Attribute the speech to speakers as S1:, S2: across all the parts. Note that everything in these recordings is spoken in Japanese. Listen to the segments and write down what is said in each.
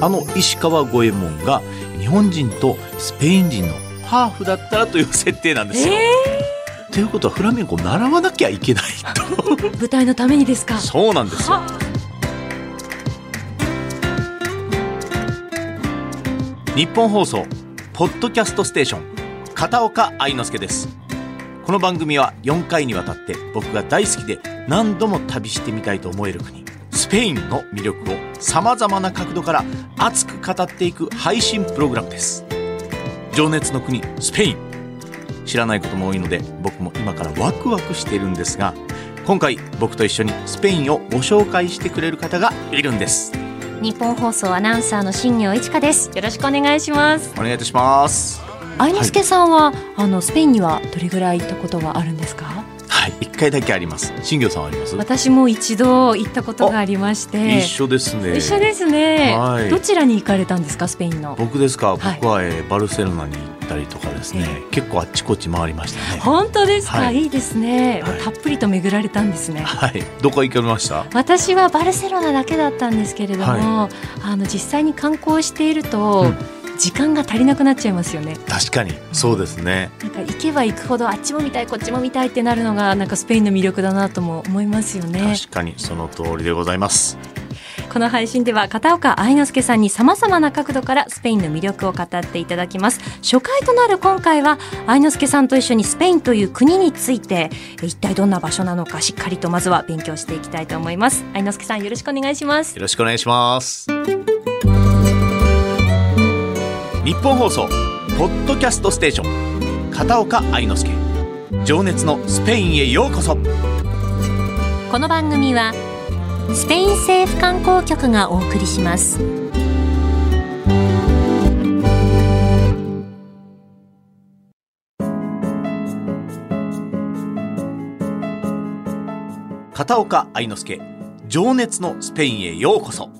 S1: あの石川五右衛門が日本人とスペイン人のハーフだったらという設定なんですよ。ということはフラメンコを習わなきゃいけないと
S2: 舞台のためにですか
S1: そうなんですよ。日本放送ポッドキャストステーション片岡愛之助ですこの番組は4回にわたって僕が大好きで何度も旅してみたいと思える国スペインの魅力をさまざまな角度から熱く語っていく配信プログラムです情熱の国スペイン知らないことも多いので僕も今からワクワクしているんですが今回僕と一緒にスペインをご紹介してくれる方がいるんです
S2: 日本放送アナウンサーの新業一華ですよろしくお願いします
S1: お願いいたします
S2: 愛之助さんは、あのスペインにはどれぐらい行ったことがあるんですか
S1: はい一回だけあります新業さんはあります
S2: 私も一度行ったことがありまして
S1: 一緒ですね
S2: 一緒ですね、
S1: はい
S2: どちらに行かれたんですかスペインの
S1: 僕ですか
S2: はい
S1: 僕は、えーバルセロナに行ったりとかですね、
S2: え
S1: 結構あっちこっち回りましたね
S2: 本当ですか、、
S1: はいい
S2: いですね、
S1: はい
S2: たっぷりと巡られたんですね
S1: はいどこ行かれました
S2: 私はバルセロナだけだったんですけれども、
S1: は
S2: あの実際に観光していると、
S1: うん
S2: 時間が足りなくなっちゃいますよね
S1: 確かにそうですね
S2: なんか行けば行くほどあっちも見たいこっちも見たいってなるのがなんかスペインの魅力だなとも思いますよね
S1: 確かにその通りでございます
S2: この配信では片岡愛之助さんにさまざまな角度からスペインの魅力を語っていただきます初回となる今回は愛之助さんと一緒にスペインという国についてえ一体どんな場所なのかしっかりとまずは勉強していきたいと思います愛之助さんよろしくお願いします
S1: よろしくお願いします日本放送ポッドキャストステーション片岡愛之助情熱のスペインへようこそ
S2: この番組はスペイン政府観光局がお送りします
S1: 片岡愛之助情熱のスペインへようこそ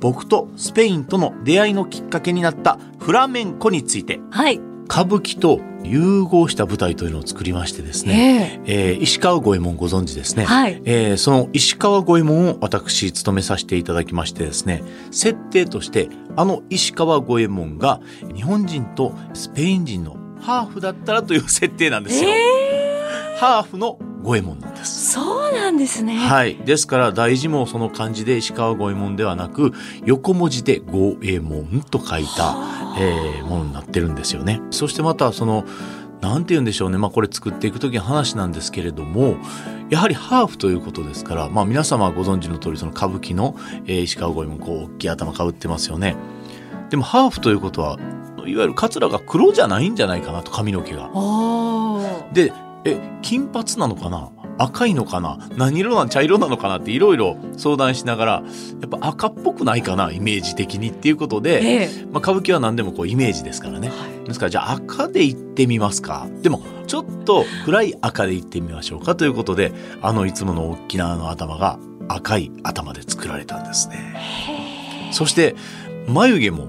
S1: 僕とスペインとの出会いのきっかけになったフラメンコについて
S2: はい、
S1: 歌舞伎と融合した舞台というのを作りましてですね、
S2: え
S1: えー石川五右衛門ご存知ですね、
S2: はい
S1: えーその石川五右衛門を私務めさせていただきましてですね設定としてあの石川五右衛門が日本人とスペイン人のハーフだったらという設定なんですよ、ハーフの五右衛門なんです
S2: そうなんですね、
S1: はい。ですから、大字もその漢字で石川五右衛門ではなく、横文字で五右衛門と書いた、えーものになってるんですよね。そしてまた、その、なんて言うんでしょうね。まあ、これ作っていくときの話なんですけれども、やはりハーフということですから、まあ、皆様ご存知の通り、その歌舞伎の、えー石川五右衛門、こう、大きい頭かぶってますよね。でも、ハーフということは、いわゆるカツラが黒じゃないんじゃないかなと、髪の毛が。
S2: おー
S1: で、え、金髪なのかな赤いのかな何色なん茶色なのかなっていろいろ相談しながら、やっぱ赤っぽくないかなイメージ的にっていうことで、
S2: ええ
S1: まあ歌舞伎は何でもこうイメージですからね。ですからじゃあ赤で行ってみますか。でも、ちょっと暗い赤で行ってみましょうかということで、あのいつもの大きなあの頭が赤い頭で作られたんですね。そして、眉毛も、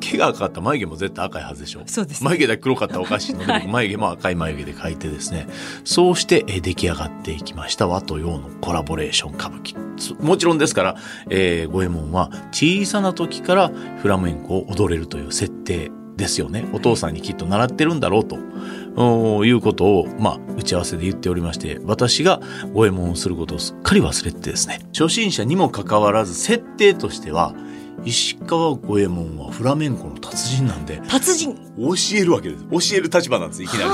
S1: 毛が赤かった眉毛も絶対赤いはずでしょ
S2: そうですね
S1: 眉毛だけ黒かったらおかしいので、
S2: はい
S1: 眉毛も赤い眉毛で描いてですねそうしてえー出来上がっていきました和と洋のコラボレーション歌舞伎そもちろんですから、えー、五右衛門は小さな時からフラメンコを踊れるという設定ですよねお父さんにきっと習ってるんだろうとおーいうことを、まあ、打ち合わせで言っておりまして、私が五右衛門をすることをすっかり忘れてですね、初心者にもかかわらず、設定としては、石川五右衛門はフラメンコの達人なんで、
S2: 達人
S1: 教えるわけです。教える立場なんです、いきな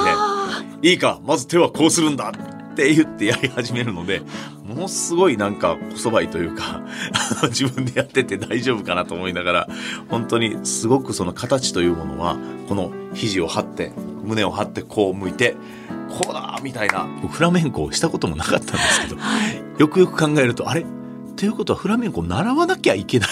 S1: りね。いいか、まず手はこうするんだって言ってやり始めるので、ものすごいなんか、こそばいというか、 あの自分でやってて大丈夫かなと思いながら、本当にすごくその形というものは、この肘を張って、胸を張ってこう向いて、こうだみたいな。フラメンコをしたこともなかったんですけど、よくよく考えると、あれということはフラメンコを習わなきゃいけない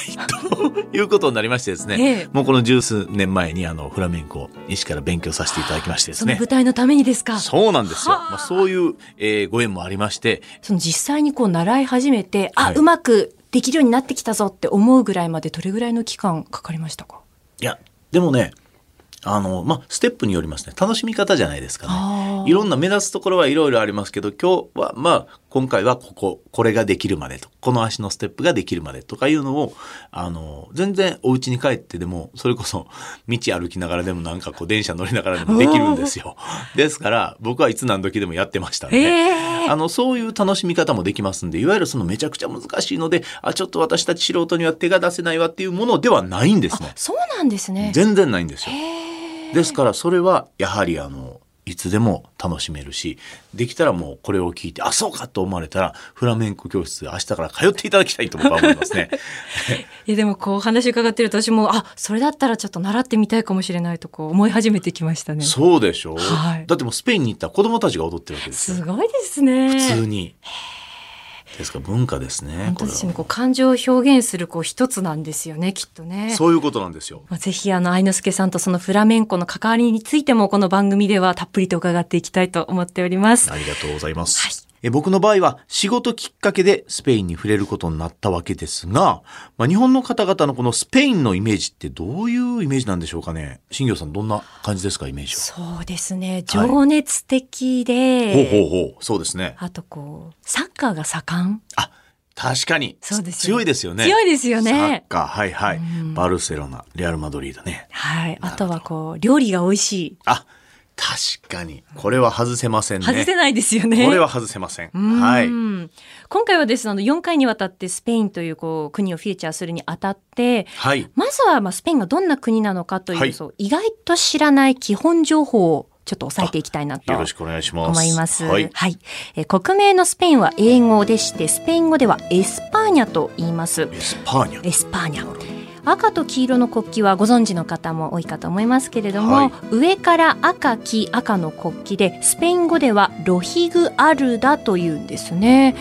S1: ということになりましてですね、
S2: ええ
S1: もうこの十数年前にあのフラメンコを医師から勉強させていただきましてです
S2: その
S1: ね
S2: 舞。台のためにですかそ
S1: そうなんですよ。
S2: はあ
S1: まあ、そういう、えーご縁もありまして、
S2: の実際にこう習い始めてあ、
S1: はいう
S2: まくできるようになってきたぞって思うぐらいまでどれぐらいの期間かかりましたか
S1: いや、でもね、あの、まあ、ステップによりますね。楽しみ方じゃないですかね。
S2: あー
S1: いろんな目立つところはいろいろありますけど、今日は、まあ、今回はここ、これができるまでと、この足のステップができるまでとかいうのを、あの、全然お家に帰ってでも、それこそ、道歩きながらでもなんかこう、電車乗りながらでもできるんです よ。ですから、僕はいつ何時でもやってましたんで。
S2: ええ
S1: あの、そういう楽しみ方もできますんで、いわゆるそのめちゃくちゃ難しいので、あ、ちょっと私たち素人には手が出せないわっていうものではないんですね。
S2: そうなんですね。
S1: 全然ないんですよ。
S2: へー
S1: ですから、それはやはりあの、いつでも楽しめるし、できたらもうこれを聞いて、あ、そうかと思われたら、フラメンコ教室、明日から通っていただきたいと僕は思います ね。
S2: いやでもこうお話伺ってると私もあそれだったらちょっと習ってみたいかもしれないとこう思い始めてきましたね。
S1: そうでしょう、
S2: はい
S1: だってもうスペインに行ったら子供たちが踊ってるわけですよ。
S2: すごいですね。
S1: 普通に。ですから文化ですね。
S2: 本
S1: こ
S2: 当
S1: れ
S2: ですね。
S1: は。
S2: こう感情を表現するこう一つなんですよねきっとね。
S1: そういうことなんですよ。
S2: まあぜひあの愛之助さんとそのフラメンコの関わりについてもこの番組ではたっぷりと伺っていきたいと思っております。
S1: ありがとうございます。
S2: はい
S1: え僕の場合は仕事きっかけでスペインに触れることになったわけですが、まあ、日本の方々のこのスペインのイメージってどういうイメージなんでしょうかね新行さんどんな感じですかイメージは。
S2: そうですね。
S1: はい
S2: 情熱的で、
S1: ほうほうほう。そうですね。
S2: あとこうサッカーが盛ん。
S1: あ、確かに。
S2: そうですよね
S1: 強いですよね。
S2: 強い
S1: で
S2: ですよね
S1: サッ。カー、はいはい。
S2: うん
S1: バルセロナ、レアルマドリードね。
S2: はい。
S1: なる
S2: あ
S1: ほど
S2: とはこう料理が美味しい。
S1: あ、確かに。これは外せませんね。
S2: 外せないですよね。
S1: これは外せません。
S2: うん
S1: はい。
S2: 今回はですね、あの4回にわたってスペインというこう国をフィーチャーするにあたって、
S1: はい。
S2: まずはまあスペインがどんな国なのかという、
S1: はい
S2: そう意外と知らない基本情報をちょっと押さえていきたいなと
S1: よろしくお願いします。
S2: 思います。は
S1: はいい、。
S2: えー国名のスペインは英語でして、スペイン語ではエスパーニャと言います。
S1: エスパーニャ。
S2: エスパーニャ。赤と黄色の国旗はご存知の方も多いかと思いますけれども、
S1: はい
S2: 上から赤黄赤の国旗でスペイン語ではロヒグアルダというんですね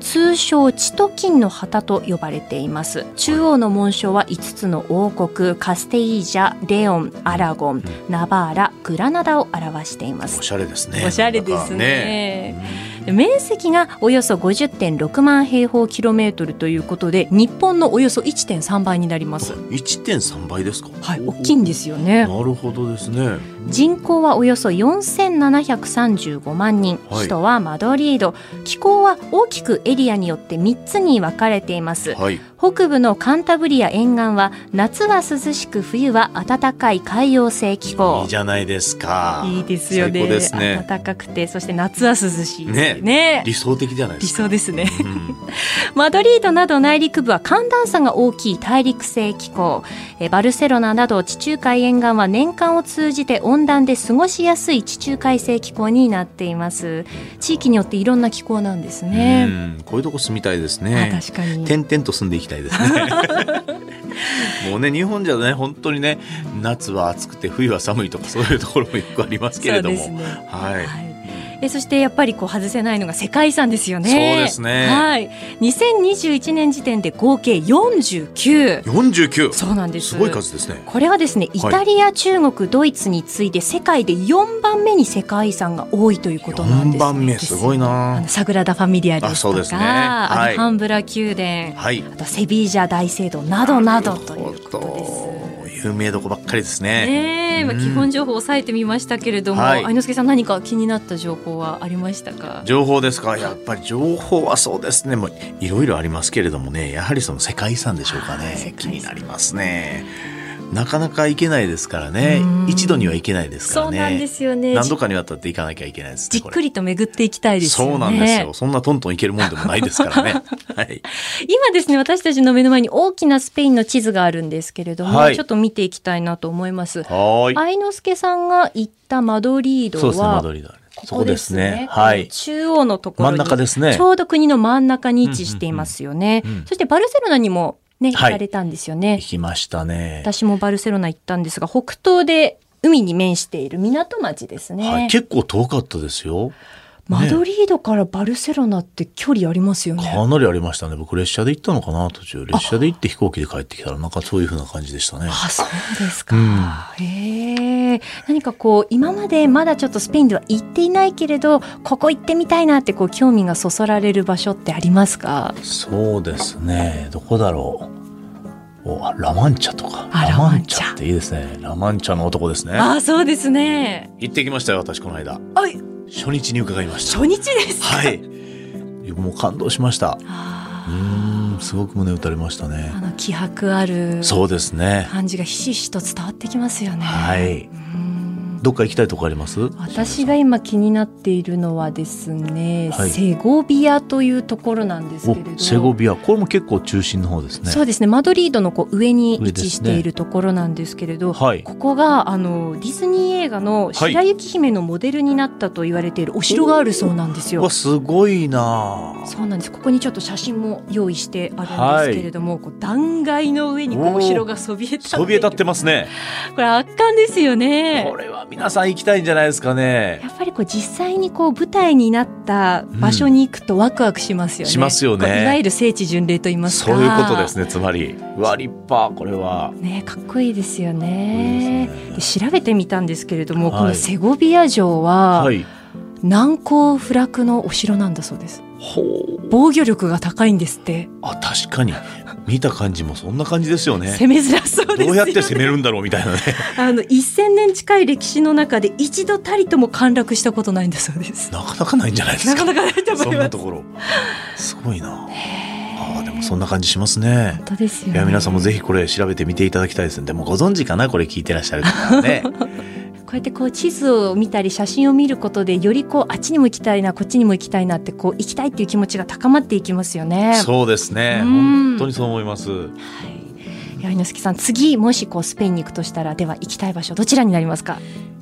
S2: 通称チトキンの旗と呼ばれています中央の紋章は5つの王国カステイジャレオンアラゴン
S1: う
S2: ナバーラグラナダを表しています
S1: おしゃれですね。
S2: おしゃれですね
S1: なんかね
S2: 面積がおよそ50.6万平方キロメートルということで日本のおよそ1.3倍になります
S1: うん1.3倍ですか。
S2: はい、
S1: お
S2: 大きいんですよね。
S1: なるほどですね。
S2: 人口はおよそ4735万人、
S1: はい
S2: 首都はマドリード、気候は大きくエリアによって3つに分かれています。
S1: はい。
S2: 北部のカンタブリア沿岸は夏は涼しく冬は暖かい海洋性気
S1: い
S2: 候
S1: い。じゃないですか。
S2: いいですよね。
S1: 最高ですね。
S2: 暖かくて、そして夏は涼しい。
S1: ね
S2: ね。
S1: 理想的じゃないで
S2: 理
S1: すか。
S2: 想ですね。
S1: うん
S2: マドリードなど内陸部は寒暖差が大きい大陸性気候えーバルセロナなど地中海沿岸は年間を通じて温暖で過ごしやすい地中海性気候になっています地域によっていろんな気候なんです
S1: う
S2: ね、
S1: んこういうとこ住みたいです
S2: あ
S1: ね。
S2: 確かに
S1: 点々と住んでいきたいです ね。もうね日本じゃね本当にね夏は暑くて冬は寒いとかそういうところもよくありますけれども。
S2: そうですね
S1: はい。
S2: はい、えそしてやっぱりこう外せないのが世界遺産ですよね。
S1: そうですね
S2: はい、2021年時点で合計49。
S1: 49。
S2: そうなんです。
S1: すごい数ですね。
S2: これはですねイタリア、中国ドイツに次いで世界で4番目に世界遺産が多いということなんです、ね、
S1: 4番目すごい
S2: あ
S1: な
S2: の。サグラダ・ファミリアです
S1: あ
S2: と
S1: そう
S2: か
S1: ですねはい
S2: アルハンブラ宮殿
S1: はい。
S2: あとセビージャ大聖堂などなどということ
S1: ほ
S2: で
S1: んと有名どこばっかりです
S2: す。
S1: ね。
S2: ねえまあ、
S1: うん
S2: 基本情報を押さえてみましたけれども、
S1: はい
S2: 愛之助さん何か気になった情報はありましたか
S1: 情報ですかやっぱり情報はそうですねもういろいろありますけれどもねやはりその世界遺産でしょうか
S2: あー
S1: ね
S2: 世界遺産
S1: 気になりますねなかなか行けないですからね
S2: うん
S1: 一度には行けないですか
S2: そ
S1: ら
S2: うなんで
S1: ね
S2: すよね
S1: 何度かにわたって行かなきゃいけないです
S2: じ
S1: ね
S2: っ
S1: これ
S2: くりと巡っていきたいですよね
S1: そうなんですよそんなトントン行けるもんでもないですから ねはい
S2: 今ですね私たちの目の前に大きなスペインの地図があるんですけれども、
S1: はい
S2: ちょっと見ていきたいなと思います。
S1: はーい
S2: 愛之助さんが行ったマドリード
S1: そうですね
S2: は
S1: マドリードはね
S2: こ
S1: そ
S2: こ
S1: こ
S2: で
S1: ですす
S2: ね
S1: ねはい
S2: 中央のところ
S1: 真ん
S2: に
S1: 中ですね
S2: ちょうど国の真ん中に位置していますよね、
S1: うんうんうんうん
S2: そしてバルセロナにもね行
S1: はい
S2: かれたんですよね、
S1: 行きましたね
S2: 私もバルセロナ行ったんですが北東で海に面している港町ですね、
S1: はい結構遠かったですよ
S2: マドリードからバルセロナって距離ありますよね
S1: かなりありましたね。僕、列車で行ったのかな、途中。列車で行って飛行機で帰ってきたら、なんかそういう風な感じでしたね。
S2: あ、そうですか。
S1: う
S2: へえ。何かこう今までまだちょっとスペインでは行っていないけれど、ここ行ってみたいなってこう興味がそそられる場所ってありますか。
S1: そうですね。どこだろう。おあラマンチャとか
S2: あ
S1: ラマンチ
S2: ラ
S1: ャ
S2: マンチャ
S1: っていいですねラマンチャの男ですね
S2: ああ、そうですね。
S1: 行ってきましたよ私この間
S2: あ、
S1: 初日に伺いました
S2: 初日ですか。
S1: はいもう感動しましたうー
S2: あ
S1: んすごく胸打たれました
S2: あ。あ
S1: ね
S2: の気迫ある
S1: そうですね
S2: 感じがひしひしと伝わってきますよね。
S1: はい
S2: うん
S1: どっか行きたいとこあります
S2: 私が今気になっているのはですね、
S1: はい
S2: セゴビアというところなんですけれど
S1: おセゴビアこれも結構中心の方ですね
S2: そうですねマドリードのこう上に位
S1: 上ですね
S2: 置しているところなんですけれど、
S1: はい
S2: ここがあのディズニー映画の「白雪姫」のモデルになったと言われているお城があるそうなんですよ。
S1: わすごいなあ
S2: そうなんですここにちょっと写真も用意してあるんですけれども、こう断崖の上にこうお城がそびえ立っている
S1: そびえ立ってますね
S2: これ圧巻ですよね
S1: こ。れは皆さん行きたいんじゃないですかね
S2: やっぱりこう実際にこう舞台になった場所に行くとワクワクします
S1: う
S2: よね。
S1: んしますよね
S2: こういわゆる聖地巡礼と言いますか。
S1: そういうことですねつまりうわ立派これは
S2: ね。かっこいいです
S1: い
S2: よ
S1: い
S2: ね。
S1: で
S2: で調べてみたんですけれども、
S1: はい
S2: このセゴビア城は
S1: はい
S2: 難攻不落のお城なんだそうです。
S1: ほう
S2: 防御力が高いんですって。
S1: あ確かに見た感じもそんな感じですよね
S2: 攻めづらそうです
S1: ど
S2: よ、ね。
S1: うやって攻めるんだろうみたいなね
S2: あの1000年近い歴史の中で一度たりとも陥落したことないんだそ うです。
S1: なかなかないんじゃないです
S2: なか
S1: か
S2: なかないと思います。
S1: そんなところすごいなあ
S2: あ
S1: ーでもそんな感じしますね
S2: 本当ですよ、ね。
S1: いや皆さんもぜひこれ調べてみていただきたいですねでもご存知かなこれ聞いてらっしゃる方はね
S2: こうやってこう地図を見たり写真を見ることでよりこうあっちにも行きたいなこっちにも行きたいなってこう行きたいっていう気持ちが高まっていきますよ ね。
S1: そうですね
S2: うん
S1: 本当にそう思います
S2: はい。いや猪木さん次もしこうスペインに行くとしたらでは行きたい場所どちらになりますか。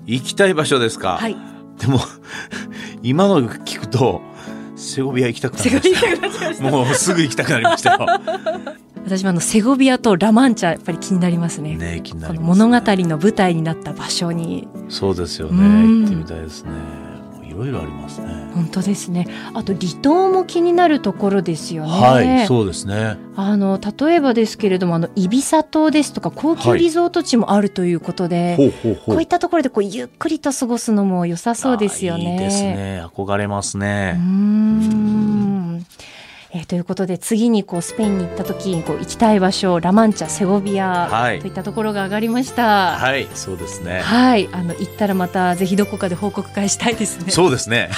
S1: 行きたい場所ですか、
S2: はい。
S1: でも 今の聞くとセゴビア行きたくな
S2: セ
S1: り
S2: ゴ
S1: まし
S2: ビ
S1: た
S2: アが来ました
S1: もうすぐ行きたくなりました よ
S2: 私もあのセゴビアとラマンチャやっぱり気になりますね。
S1: ね気にな
S2: こ
S1: り
S2: の
S1: ます
S2: 物
S1: ね
S2: 語の舞台になった場所に
S1: そうですよ
S2: うん
S1: ね行ってみたいですねもういろいろありますね
S2: 本当ですね。あと離島も気になるところですよね。
S1: はいそうですね
S2: あの例えばですけれどもあのイビサ島ですとか高級リゾート地もあるということで、
S1: ほうほうほ
S2: こ
S1: う
S2: ういったところでこうゆっくりと過ごすのも良さそうですよね。
S1: あーいいですね憧れます
S2: うー
S1: ね
S2: んえーということで次にこうスペインに行った時にこう行きたい場所ラマンチャセゴビア、
S1: はい
S2: といったところが上がりました。はい
S1: はいそうですね
S2: あの行ったらまたぜひどこかで報告会したいですね。
S1: そうですね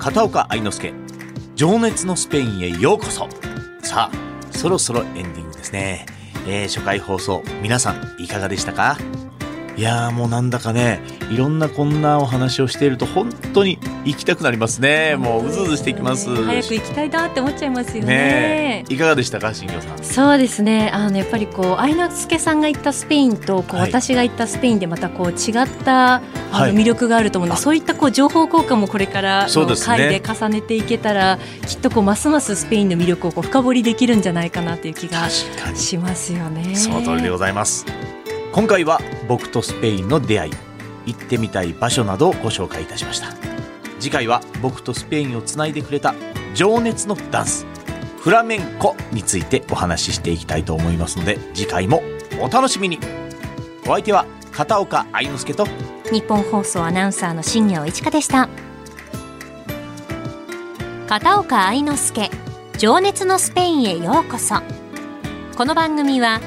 S1: 片岡愛之助情熱のスペインへようこそさあそろそろエンディングですね、えー初回放送皆さんいかがでしたかいやーもうなんだかねいろんなこんなお話をしていると本当に行きたくなりますねもううずうずしてきます
S2: 早く行きたいなって思っちゃいますよ
S1: ね
S2: ね
S1: えいかがでしたか新庄さん
S2: そうですねあのやっぱりこう愛之助さんが行ったスペインとこう、
S1: はい
S2: 私が行ったスペインでまたこう違ったあの、
S1: はい
S2: 魅力があると思うので
S1: あ
S2: そういったこう情報交換もこれから
S1: そう
S2: の
S1: ですね
S2: 回で重ねていけたらきっとこうますますスペインの魅力をこう深掘りできるんじゃないかなという気が
S1: 確かに
S2: しますよね。
S1: その通りでございます今回は僕とスペインの出会い行ってみたい場所などをご紹介いたしました次回は僕とスペインをつないでくれた情熱のダンスフラメンコについてお話ししていきたいと思いますので次回もお楽しみにお相手は片岡愛之助と
S2: 日本放送アナウンサーの新業一華でした片岡愛之助情熱のスペインへようこそこの番組は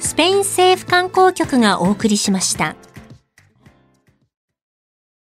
S2: スペイン政府観光局がお送りしました